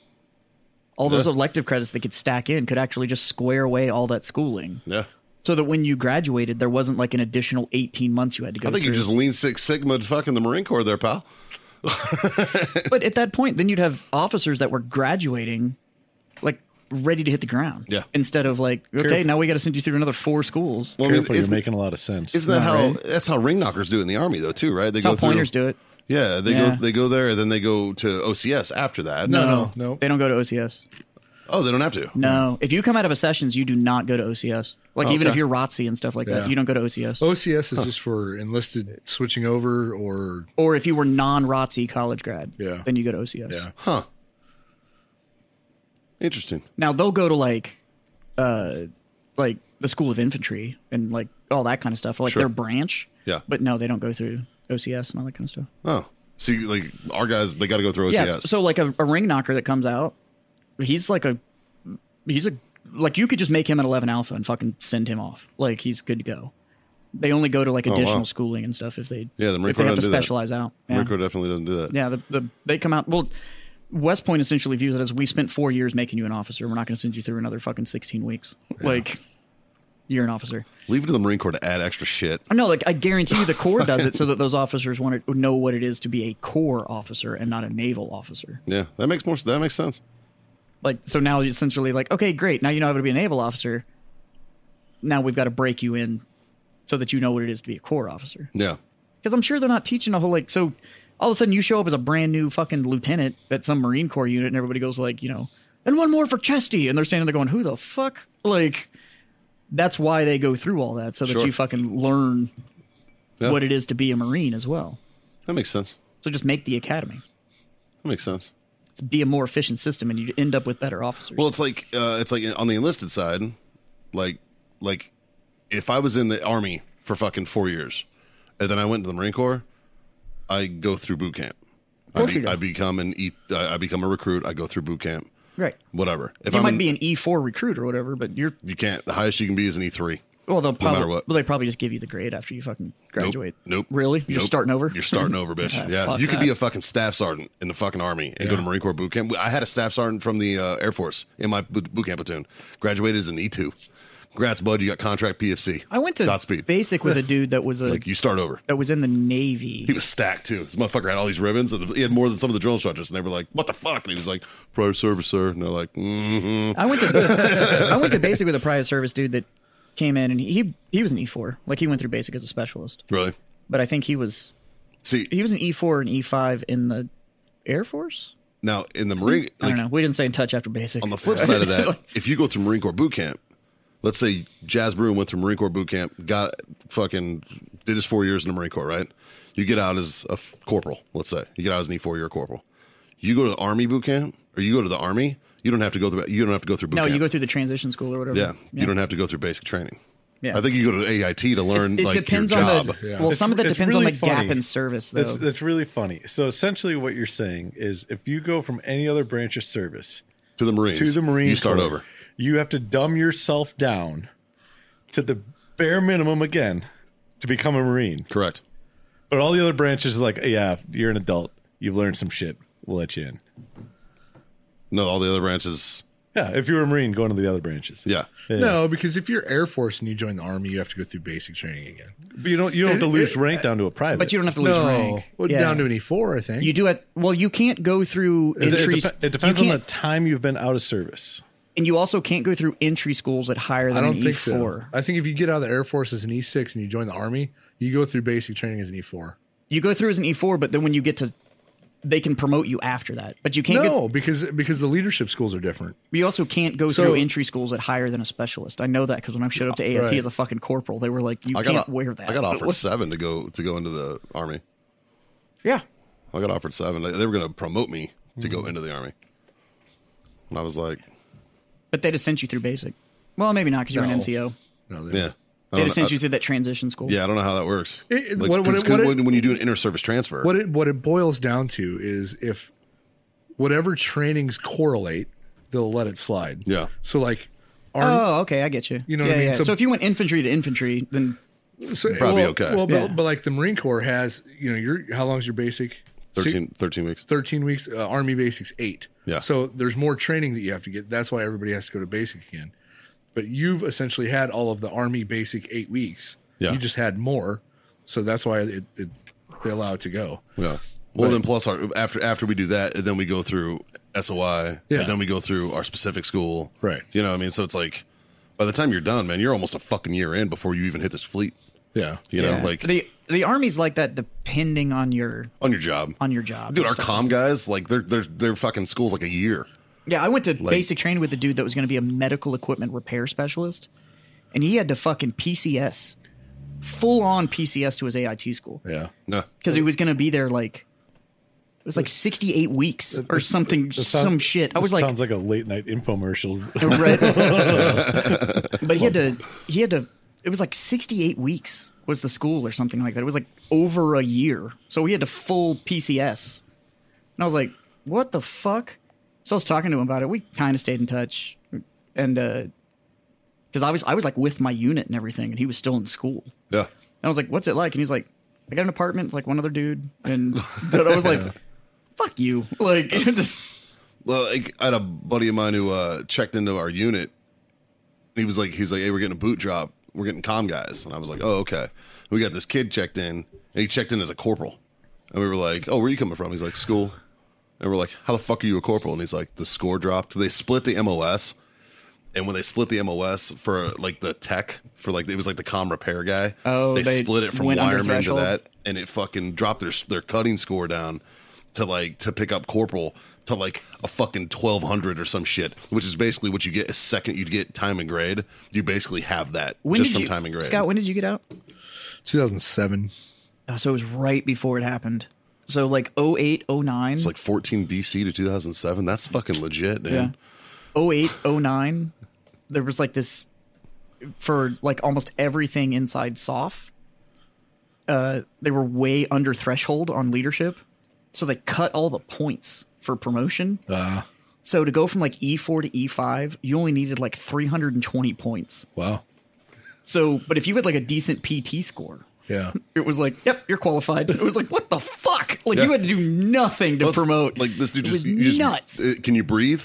Speaker 3: All those elective credits that could stack in could actually just square away all that schooling,
Speaker 1: Yeah.
Speaker 3: so that when you graduated, there wasn't like an additional eighteen months you had to go.
Speaker 1: I think
Speaker 3: through.
Speaker 1: you just lean Six Sigma fucking the Marine Corps there, pal.
Speaker 3: But at that point, then you'd have officers that were graduating, like ready to hit the ground.
Speaker 1: Yeah.
Speaker 3: Instead of like, okay,
Speaker 2: Careful.
Speaker 3: now we got to send you through another four schools.
Speaker 1: Well, I mean,
Speaker 2: Careful, you're
Speaker 1: isn't,
Speaker 2: making a lot of sense.
Speaker 1: isn't that how that's how ring knockers do it in the army though too, right? They
Speaker 3: That's how pointers do it.
Speaker 1: Yeah, they
Speaker 3: Yeah.
Speaker 1: go they go there and then they go to OCS after that.
Speaker 4: No, no, no.
Speaker 3: They don't go to OCS.
Speaker 1: Oh, they don't have to.
Speaker 3: No, if you come out of a sessions, you do not go to OCS. Like even
Speaker 1: okay.
Speaker 3: if you're ROTC and stuff like
Speaker 4: Yeah.
Speaker 3: that, you don't go to OCS.
Speaker 4: OCS is just for enlisted switching over or
Speaker 3: Or if you were non-ROTC college grad,
Speaker 4: Yeah.
Speaker 3: then you go to OCS.
Speaker 4: yeah.
Speaker 1: Interesting.
Speaker 3: Now they'll go to like, uh, like the School of Infantry and like all that kind of stuff, like
Speaker 1: Sure.
Speaker 3: their branch.
Speaker 1: Yeah.
Speaker 3: But no, they don't go through OCS and all that kind of stuff.
Speaker 1: Oh. See, like our guys, they got to go through OCS.
Speaker 3: Yeah. So like a, a ring knocker that comes out, he's like a he's a like you could just make him an eleven alpha and fucking send him off. Like he's good to go. They only go to like
Speaker 1: Oh, wow.
Speaker 3: additional schooling and stuff if they
Speaker 1: Yeah, the Marine
Speaker 3: if they
Speaker 1: Corps
Speaker 3: have to
Speaker 1: doesn't do that.
Speaker 3: specialize out. Yeah,
Speaker 1: Marine Corps definitely doesn't do that.
Speaker 3: yeah the, the, they come out well. West Point essentially views it as we spent four years making you an officer. We're not going to send you through another fucking sixteen weeks. Like you're an officer.
Speaker 1: Leave it to the Marine Corps to add extra shit.
Speaker 3: No, like I guarantee you, the Corps does it so that those officers want to know what it is to be a Corps officer and not a naval officer.
Speaker 1: Yeah, that makes more. That makes sense.
Speaker 3: like so now you're essentially like okay great now you know how to be a naval officer now we've got to break you in so that you know what it is to be a corps officer
Speaker 1: Yeah.
Speaker 3: because i'm sure they're not teaching a whole like so all of a sudden you show up as a brand new fucking lieutenant at some marine corps unit and everybody goes like you know and one more for chesty and they're standing there going who the fuck like that's why they go through all that so that
Speaker 1: Sure.
Speaker 3: you fucking learn
Speaker 1: Yeah.
Speaker 3: what it is to be a marine as well
Speaker 1: That makes sense.
Speaker 3: so just make the academy
Speaker 1: That makes sense.
Speaker 3: it's be a more efficient system and you end up with better officers
Speaker 1: Well, it's like uh, it's like on the enlisted side, like like if I was in the army for fucking four years, and then I went to the Marine Corps, I go through boot camp. I,
Speaker 3: course you do.
Speaker 1: I become an e- I I become a recruit. I go through boot camp.
Speaker 3: right
Speaker 1: Whatever. If
Speaker 3: you
Speaker 1: I'm
Speaker 3: might
Speaker 1: an-
Speaker 3: be an E4 recruit or whatever, but you're
Speaker 1: you can't. The highest you can be is an E three.
Speaker 3: well. They'll probably
Speaker 1: matter what.
Speaker 3: well, they probably just give you the grade after you fucking graduate.
Speaker 1: Nope. nope
Speaker 3: Really? You're
Speaker 1: nope.
Speaker 3: starting over.
Speaker 1: You're starting over, bitch.
Speaker 3: Ah,
Speaker 1: yeah.
Speaker 3: fuck
Speaker 1: You could be
Speaker 3: that.
Speaker 1: a fucking staff sergeant in the fucking army and go to Marine Corps boot camp. I had a staff sergeant from the uh, Air Force in my boot boot camp platoon. Graduated as an E2. Congrats, bud. You got contract PFC.
Speaker 3: I went to
Speaker 1: Godspeed.
Speaker 3: basic with a dude that was a
Speaker 1: like, you start over.
Speaker 3: that was in the Navy.
Speaker 1: He was stacked too. This motherfucker had all these ribbons, and he had more than some of the drill instructors. And they were like, "What the fuck?" And he was like, "Prior service, sir." And they're like, mm-hmm.
Speaker 3: I went to I went to basic with a private service dude that came in and he he was an E4. Like he went through basic as a specialist,
Speaker 1: "Really?"
Speaker 3: but I think he was
Speaker 1: See
Speaker 3: he was an E4 and E5 in the Air Force.
Speaker 1: now in the Marine,
Speaker 3: I
Speaker 1: like,
Speaker 3: don't know. We didn't stay in touch after basic.
Speaker 1: On the flip side of that, if you go through Marine Corps boot camp, let's say Jazz Bruin went through Marine Corps boot camp, got fucking did his four years in the Marine Corps, right? You get out as a f- corporal, let's say. You get out as an E four year corporal. You go to the Army boot camp, or you go to the Army. You don't have to go through. You don't have to go through boot
Speaker 3: no,
Speaker 1: camp.
Speaker 3: you go through the transition school or whatever.
Speaker 1: yeah, you don't have to go through basic training.
Speaker 3: Yeah.
Speaker 1: I think you go to the AIT to learn
Speaker 3: It
Speaker 1: like
Speaker 3: depends
Speaker 1: your job.
Speaker 3: on the well. some of that
Speaker 2: It's
Speaker 3: depends on
Speaker 2: really
Speaker 3: the
Speaker 2: funny.
Speaker 3: gap in service, though.
Speaker 2: That's, that's really funny. So essentially, what you're saying is, if you go from any other branch of service
Speaker 1: to the Marines.
Speaker 2: to the Marine
Speaker 1: You start
Speaker 2: Corps,
Speaker 1: over.
Speaker 2: you have to dumb yourself down to the bare minimum again to become a Marine.
Speaker 1: Correct.
Speaker 2: But all the other branches are like, yeah, you're an adult. You've learned some shit. We'll let you in.
Speaker 1: No, all the other branches.
Speaker 2: Yeah, if you were a Marine, going to the other branches.
Speaker 1: Yeah.
Speaker 4: No, because if you're Air Force and you join the Army, you have to go through basic training again.
Speaker 2: But you don't you don't have to lose rank down to a private.
Speaker 3: but you don't have to lose
Speaker 4: no,
Speaker 3: rank.
Speaker 4: Well,
Speaker 3: Yeah.
Speaker 4: down to an E four, I think.
Speaker 3: You do it well. You can't go through
Speaker 2: It, it
Speaker 3: entry.
Speaker 2: dep- it depends
Speaker 3: you
Speaker 2: on
Speaker 3: can't-
Speaker 2: the time you've been out of service.
Speaker 3: and you also can't go through entry schools at higher
Speaker 4: I
Speaker 3: than
Speaker 4: don't
Speaker 3: an E
Speaker 4: think
Speaker 3: E4.
Speaker 4: so. I think if you get out of the Air Force as an E six and you join the Army, you go through basic training as an E four.
Speaker 3: You go through as an E4, but then when you get to, they can promote you after that. But you can't.
Speaker 4: No,
Speaker 3: Go,
Speaker 4: because because the leadership schools are different.
Speaker 3: you also can't go
Speaker 4: So-
Speaker 3: through entry schools at higher than a specialist. I know that because when I showed up to AIT
Speaker 4: Right.
Speaker 3: as a fucking corporal, they were like, "You
Speaker 1: I got
Speaker 3: can't
Speaker 1: o-
Speaker 3: wear that."
Speaker 1: I got
Speaker 3: But
Speaker 1: offered
Speaker 3: what-
Speaker 1: seven to go to go into the Army.
Speaker 3: Yeah,
Speaker 1: I got offered seven. They they were going to promote me to
Speaker 4: Mm-hmm.
Speaker 1: go into the army, and I was like,
Speaker 3: but they just sent you through basic. Well, maybe not because you're
Speaker 4: No.
Speaker 3: an NCO.
Speaker 4: No, they
Speaker 1: "Yeah, I
Speaker 3: They
Speaker 1: don't
Speaker 3: just
Speaker 1: know-
Speaker 3: sent you through that transition school.
Speaker 1: yeah, I don't know how that works.
Speaker 4: It- it-
Speaker 1: Like,
Speaker 4: what- what
Speaker 1: 'cause-
Speaker 4: it- what
Speaker 1: 'cause
Speaker 4: it-
Speaker 1: when, when you do an inter-service transfer,
Speaker 4: What it what it boils down to is if whatever trainings correlate, they'll let it slide.
Speaker 1: Yeah.
Speaker 4: So like, Army,
Speaker 3: Oh, okay, I get you.
Speaker 4: You know what
Speaker 3: yeah,
Speaker 4: I mean?
Speaker 3: yeah.
Speaker 4: So-
Speaker 3: So, if you went infantry to infantry, then
Speaker 4: so-
Speaker 1: probably
Speaker 4: well-
Speaker 1: okay.
Speaker 4: Well, but-
Speaker 3: Yeah.
Speaker 4: but, like the Marine Corps has, you know, your how long's your basic? Six-
Speaker 1: 13, 13 weeks.
Speaker 4: 13 weeks. Uh, Army basics eight.
Speaker 1: Yeah.
Speaker 4: So there's more training that you have to get. That's why everybody has to go to basic again. But you've essentially had all of the army basic eight weeks.
Speaker 1: Yeah.
Speaker 4: You just had more, so that's why it, it they allow it to go.
Speaker 1: Yeah. Well, then plus our after after we do that, and then we go through SOI,
Speaker 4: Yeah.
Speaker 1: and then we go through our specific school,
Speaker 4: Right.
Speaker 1: You know, what I mean, so it's like by the time you're done, man, you're almost a fucking year in before you even hit this fleet.
Speaker 4: Yeah.
Speaker 1: You know, like
Speaker 3: the the army's like that depending on your
Speaker 1: on your job,
Speaker 3: on your job.
Speaker 1: dude.
Speaker 3: and
Speaker 1: Our
Speaker 3: stuff.
Speaker 1: com guys, like they're they're they're fucking schools like a year.
Speaker 3: Yeah, I went to basic training with the dude that was going to be a medical equipment repair specialist, and he had to fucking PCS, full on PCS to his AIT school
Speaker 4: Yeah.
Speaker 1: No,
Speaker 3: because he was going to be there like it was like sixty eight weeks or something,
Speaker 2: Sound-
Speaker 3: some shit. I
Speaker 2: this
Speaker 3: was like,
Speaker 2: sounds like a late night infomercial.
Speaker 3: Right. but he had to he had to it was like 68 weeks was the school or something like that it was like over a year so we had to full pcs and i was like what the fuck so i was talking to him about it we kind of stayed in touch and uh because i was i was like with my unit and everything and he was still in school
Speaker 1: yeah,
Speaker 3: and I was like, "What's it like?" And he's like, "I got an apartment with like one other dude." And then I was like, "Fuck you!" Like, just
Speaker 1: Well, like, I had a buddy of mine who uh, checked into our unit. He was like, he was like, hey, we're getting a boot drop. We're getting com guys, and I was like, oh, okay. We got this kid checked in, and he checked in as a corporal, and we were like, oh, where are you coming from? He's like, school, and we're like, how the fuck are you a corporal? And he's like, the score dropped. They split the MOS, and when they split the MOS for like the tech for like it was like the com repair guy,
Speaker 3: Oh, they
Speaker 1: split it from
Speaker 3: went under
Speaker 1: wireman to
Speaker 3: threshold?
Speaker 1: that, and it fucking dropped their their cutting score down to like to pick up corporal to like a fucking 1200 or some shit which is basically what you get a second you'd get time and grade you basically have that
Speaker 3: when
Speaker 1: just
Speaker 3: did
Speaker 1: from
Speaker 3: you,
Speaker 1: time and grade
Speaker 3: Scott? When did you get out?
Speaker 4: 2007.
Speaker 3: Oh, so it was right before it happened. So like 08, 09,
Speaker 1: it's like 14 bc to 2007 that's fucking legit dude.
Speaker 3: yeah, 08, 09, There was like this for like almost everything inside soft. Uh, they were way under threshold on leadership, so they cut all the points for promotion.
Speaker 1: Uh-huh.
Speaker 4: Uh,
Speaker 3: So to go from like E4 to E5, you only needed like 320 points.
Speaker 4: wow.
Speaker 3: So, but if you had like a decent PT score,
Speaker 4: Yeah.
Speaker 3: it was like, yep, you're qualified. It was like, what the fuck? Like
Speaker 1: Yeah.
Speaker 3: you had to do nothing to
Speaker 1: Plus,
Speaker 3: promote.
Speaker 1: like this dude
Speaker 3: It
Speaker 1: just,
Speaker 3: was
Speaker 1: you just-
Speaker 3: nuts.
Speaker 1: uh, can you breathe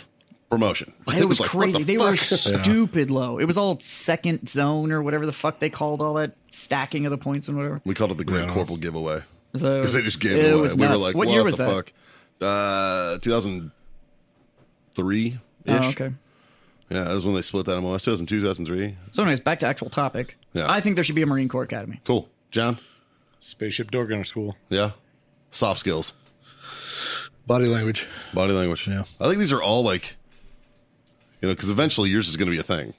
Speaker 1: promotion
Speaker 3: it was
Speaker 1: like, what
Speaker 3: crazy.
Speaker 1: the
Speaker 3: they were
Speaker 1: fuck?
Speaker 3: stupid low. It was all second zone or whatever the fuck they called all that stacking of the points and whatever.
Speaker 1: we called it the great corporal giveaway
Speaker 3: So
Speaker 1: because they just gave it,
Speaker 3: it
Speaker 1: away
Speaker 3: was
Speaker 1: we were
Speaker 3: nuts.
Speaker 1: like
Speaker 3: what year was
Speaker 1: the
Speaker 3: that?
Speaker 1: fuck uh 2003 ish
Speaker 3: Oh, okay.
Speaker 1: yeah that was when they split that mos 2002 2003
Speaker 3: So, anyways, back to actual topic.
Speaker 1: Yeah.
Speaker 3: I think there should be a Marine Corps Academy.
Speaker 1: cool john
Speaker 2: Spaceship Door Gunner School.
Speaker 1: Yeah. Soft skills,
Speaker 4: Body language.
Speaker 1: body language.
Speaker 4: Yeah.
Speaker 1: I think these are all like, you know, because eventually yours is going to be a thing.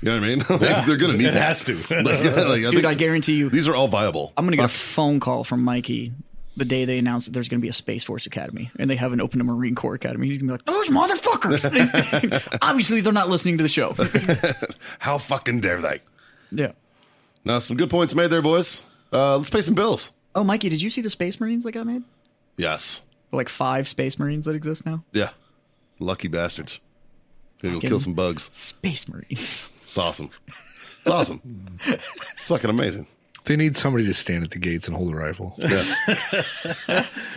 Speaker 1: You know what I mean? like, They're going to need
Speaker 2: It
Speaker 1: that.
Speaker 2: has to.
Speaker 1: Like, like,
Speaker 3: Dude,
Speaker 1: think
Speaker 3: I guarantee you,
Speaker 1: These are all viable.
Speaker 3: I'm gonna get a
Speaker 1: Fuck,
Speaker 3: phone call from Mikey the day they announced that there's gonna be a Space Force Academy and they haven't opened a Marine Corps Academy. He's gonna be like, those motherfuckers. Obviously, they're not listening to the show.
Speaker 1: how fucking dare they?
Speaker 3: yeah.
Speaker 1: Now, some good points made there, boys. Uh, let's pay some bills.
Speaker 3: Oh, Mikey, did you see the Space Marines that got made?
Speaker 1: Yes.
Speaker 3: Like five Space Marines that exist now.
Speaker 1: Yeah. Lucky bastards. Maybe we'll
Speaker 3: Fucking-
Speaker 1: kill some bugs.
Speaker 3: Space Marines.
Speaker 1: It's awesome. It's awesome. it's fucking amazing.
Speaker 4: They need somebody to stand at the gates and hold a rifle.
Speaker 1: Yeah.
Speaker 2: on,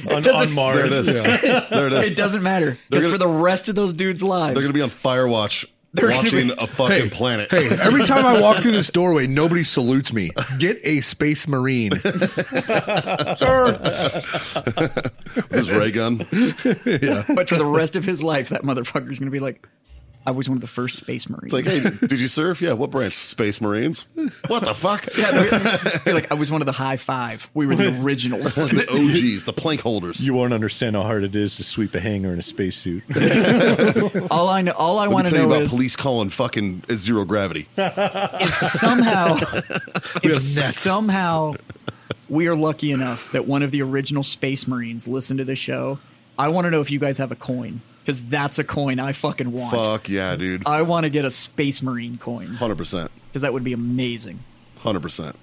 Speaker 2: on
Speaker 1: There
Speaker 2: Mars.
Speaker 1: it is. There it is.
Speaker 3: It doesn't matter because
Speaker 1: gonna-
Speaker 3: for the rest of those dudes' lives,
Speaker 1: They're going to be on fire watch
Speaker 3: gonna
Speaker 1: watching
Speaker 3: be-
Speaker 1: a fucking planet.
Speaker 4: Hey, every time I walk through this doorway, nobody salutes me. Get a space marine. Sir.
Speaker 1: With his ray gun.
Speaker 3: but for the rest of his life, that motherfucker's gonna be like, I was one of the first Space
Speaker 1: It's
Speaker 3: Marines.
Speaker 1: like, hey, did you serve? Yeah, what branch? Space Marines. What the fuck?
Speaker 3: Be like, I was one of the high five. We were the originals.
Speaker 1: the OGs, the plank holders.
Speaker 2: You won't understand how hard it is to sweep a hangar in a spacesuit.
Speaker 3: all I know, all I
Speaker 1: Let
Speaker 3: want
Speaker 1: me
Speaker 3: to
Speaker 1: tell you
Speaker 3: know
Speaker 1: about
Speaker 3: is
Speaker 1: police calling fucking at zero gravity.
Speaker 3: if somehow, if
Speaker 4: nets.
Speaker 3: somehow we are lucky enough that one of the original Space Marines listened to the show, I want to know if you guys have a coin because that's a coin I fucking want.
Speaker 1: Fuck yeah, dude.
Speaker 3: I want to get a Space Marine coin
Speaker 1: Hundred percent.
Speaker 3: because that would be amazing.
Speaker 1: Hundred percent.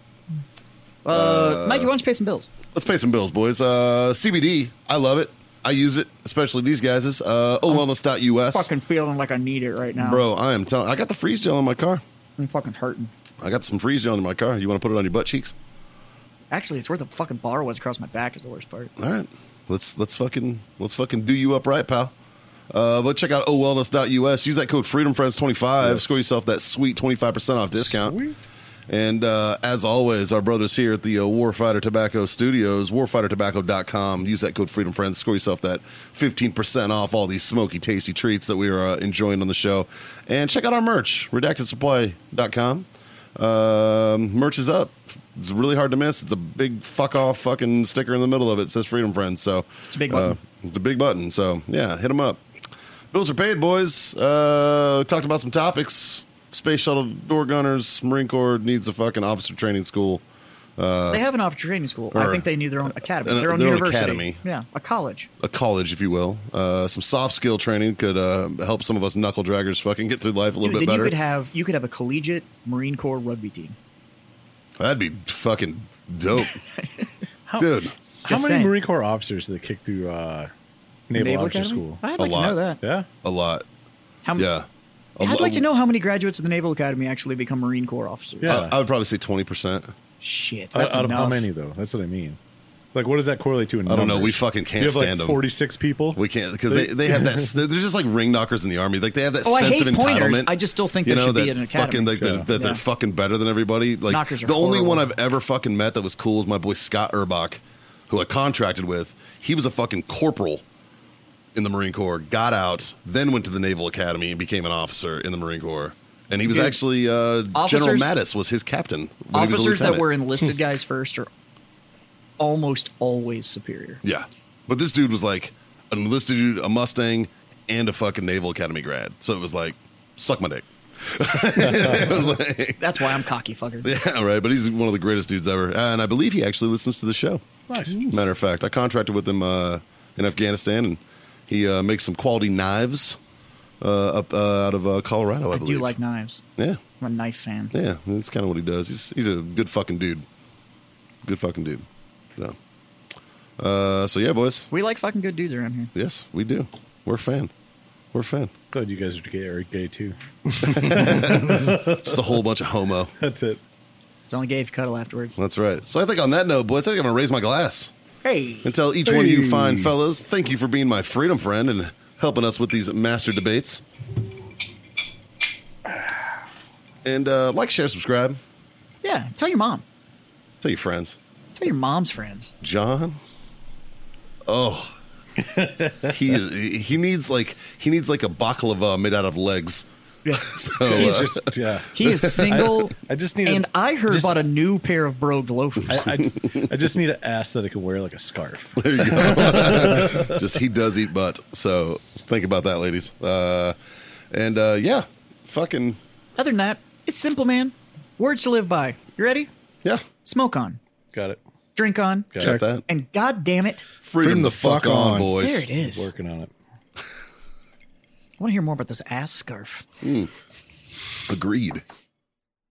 Speaker 3: Uh, Mikey, why don't you pay some bills?
Speaker 1: Let's pay some bills, boys. Uh, CBD, I love it. I use it, especially these guys. Uh, oh, wellness.us.
Speaker 3: Fucking feeling like I need it right now.
Speaker 1: Bro, I am telling. I got the freeze gel in my car.
Speaker 3: I'm fucking hurting.
Speaker 1: I got some freeze gel in my car. You want to put it on your butt cheeks?
Speaker 3: Actually, it's where the fucking bar was across my back is the worst part.
Speaker 1: All right, let's let's fucking let's fucking do you up right, pal. Uh, but check out owellness.us. Use that code FreedomFriends25. Score yourself that sweet 25% off discount.
Speaker 4: Sweet.
Speaker 1: And uh, as always, our brothers here at the uh, Warfighter Tobacco Studios, warfightertobacco.com. Use that code Freedom Friends. Score yourself that 15% off all these smoky, tasty treats that we are uh, enjoying on the show. And check out our merch, redactedsupply.com. Um, merch is up. It's really hard to miss. It's a big fuck off fucking sticker in the middle of it. It says Freedom Friends. So uh,
Speaker 3: It's a big button.
Speaker 1: it's a big button. So yeah, hit them up. Bills are paid, boys. Uh, talked about some topics: space shuttle door gunners, Marine Corps needs a fucking officer training school.
Speaker 3: they have an officer training school.
Speaker 1: Uh, or-
Speaker 3: I think they need their own academy,
Speaker 1: uh,
Speaker 3: their own
Speaker 1: their own
Speaker 3: university.
Speaker 1: academy.
Speaker 3: Yeah, a college.
Speaker 1: a college, if you will. Uh, some soft skill training could uh, help some of us knuckle draggers fucking get through life a little
Speaker 3: Dude,
Speaker 1: bit
Speaker 3: then
Speaker 1: better.
Speaker 3: you could have you could have a collegiate Marine Corps rugby team.
Speaker 1: That'd be fucking dope, dude.
Speaker 2: How
Speaker 3: Just
Speaker 2: many
Speaker 3: saying.
Speaker 2: Marine Corps officers did they kick through uh, Naval,
Speaker 3: Naval
Speaker 2: Officer
Speaker 3: Academy?
Speaker 2: School?
Speaker 3: I'd
Speaker 1: A
Speaker 3: like to
Speaker 1: lot.
Speaker 3: know that.
Speaker 2: Yeah.
Speaker 1: A lot,
Speaker 3: How m-
Speaker 1: yeah. um, i
Speaker 3: I'd like to know how many graduates of the Naval Academy actually become Marine Corps officers.
Speaker 2: Yeah.
Speaker 1: I, I would probably say twenty percent.
Speaker 3: Shit,
Speaker 2: Out-
Speaker 3: that's
Speaker 2: out
Speaker 3: enough.
Speaker 2: of how many though? That's what I mean. Like, what does that correlate to
Speaker 1: I
Speaker 2: in
Speaker 1: don't know.
Speaker 2: numbers?
Speaker 1: We fucking can't
Speaker 2: you have
Speaker 1: stand 'em.
Speaker 2: like forty-six people.
Speaker 1: We can't because they, they have that. They're just like ring knockers in the army. Like they have that
Speaker 3: Oh, I
Speaker 1: sense
Speaker 3: hate
Speaker 1: of entitlement.
Speaker 3: pointers. I just still think
Speaker 1: you
Speaker 3: there
Speaker 1: know,
Speaker 3: should be
Speaker 1: that
Speaker 3: an academy.
Speaker 1: Fucking, like,
Speaker 2: Yeah.
Speaker 1: that, that they're
Speaker 3: Yeah.
Speaker 1: fucking better than everybody. Like
Speaker 3: Knockers are
Speaker 1: the only one I've
Speaker 3: horrible.
Speaker 1: ever fucking met that was cool is my boy Scott Erbach, who I contracted with. He was a fucking corporal in the Marine Corps. Got out, then went to the Naval Academy and became an officer in the Marine Corps. And he was
Speaker 3: Dude,
Speaker 1: actually uh, General
Speaker 3: officers-
Speaker 1: Mattis was his captain. when he was a
Speaker 3: Officers that
Speaker 1: lieutenant.
Speaker 3: were enlisted guys first are almost always superior.
Speaker 1: Yeah. But this dude was like an enlisted dude, a Mustang, and a fucking Naval Academy grad. So it was like, suck my dick. it was like,
Speaker 3: That's why I'm cocky fucker.
Speaker 1: yeah, right. But he's one of the greatest dudes ever. And I believe he actually listens to the show. Mm-hmm.
Speaker 2: Nice.
Speaker 1: Matter of fact, I contracted with him uh, in Afghanistan and he uh, makes some quality knives uh, up uh, out of uh, Colorado, I,
Speaker 3: I
Speaker 1: believe.
Speaker 3: do like knives.
Speaker 1: Yeah.
Speaker 3: I'm a knife fan.
Speaker 1: Yeah. That's kind of what he does. He's, he's a good fucking dude. Good fucking dude. So, uh, so yeah, boys.
Speaker 3: We like fucking good dudes around here.
Speaker 1: Yes, we do. We're a fan. We're a fan.
Speaker 2: Glad you guys are gay, are gay too.
Speaker 1: Just a whole bunch of homo.
Speaker 2: That's it.
Speaker 3: It's only gay if you cuddle afterwards.
Speaker 1: That's right. So I think on that note, boys, I think I'm gonna raise my glass
Speaker 3: Hey,
Speaker 1: and tell each one of you fine fellas, thank you for being my freedom friend and helping us with these master debates. And uh, like, share, subscribe.
Speaker 3: yeah, tell your mom.
Speaker 1: Tell your friends,
Speaker 3: Tell your mom's friends.
Speaker 1: John. Oh, he he needs like he needs like a baklava made out of legs. So, uh,
Speaker 3: He's,
Speaker 2: Yeah.
Speaker 3: he is single.
Speaker 2: I- I just need a-
Speaker 3: and I heard
Speaker 2: just-
Speaker 3: bought a new pair of brogued loafers.
Speaker 2: I, I, I just need an ass that I can wear like a scarf.
Speaker 1: There you go. Just he does eat butt. So think about that, ladies. Uh, and uh, yeah, fucking
Speaker 3: Other than that, it's simple, man. Words to live by. You ready?
Speaker 1: yeah.
Speaker 3: Smoke on,
Speaker 2: Got it.
Speaker 3: drink on,
Speaker 2: Got
Speaker 1: Check
Speaker 2: it.
Speaker 1: that.
Speaker 3: and god damn it,
Speaker 1: Freedom,
Speaker 2: Freedom
Speaker 1: the
Speaker 2: the
Speaker 1: fuck,
Speaker 2: fuck
Speaker 1: on,
Speaker 2: on.
Speaker 1: boys.
Speaker 3: there it is.
Speaker 2: Working on it.
Speaker 3: I want to hear more about this ass scarf.
Speaker 1: Agreed.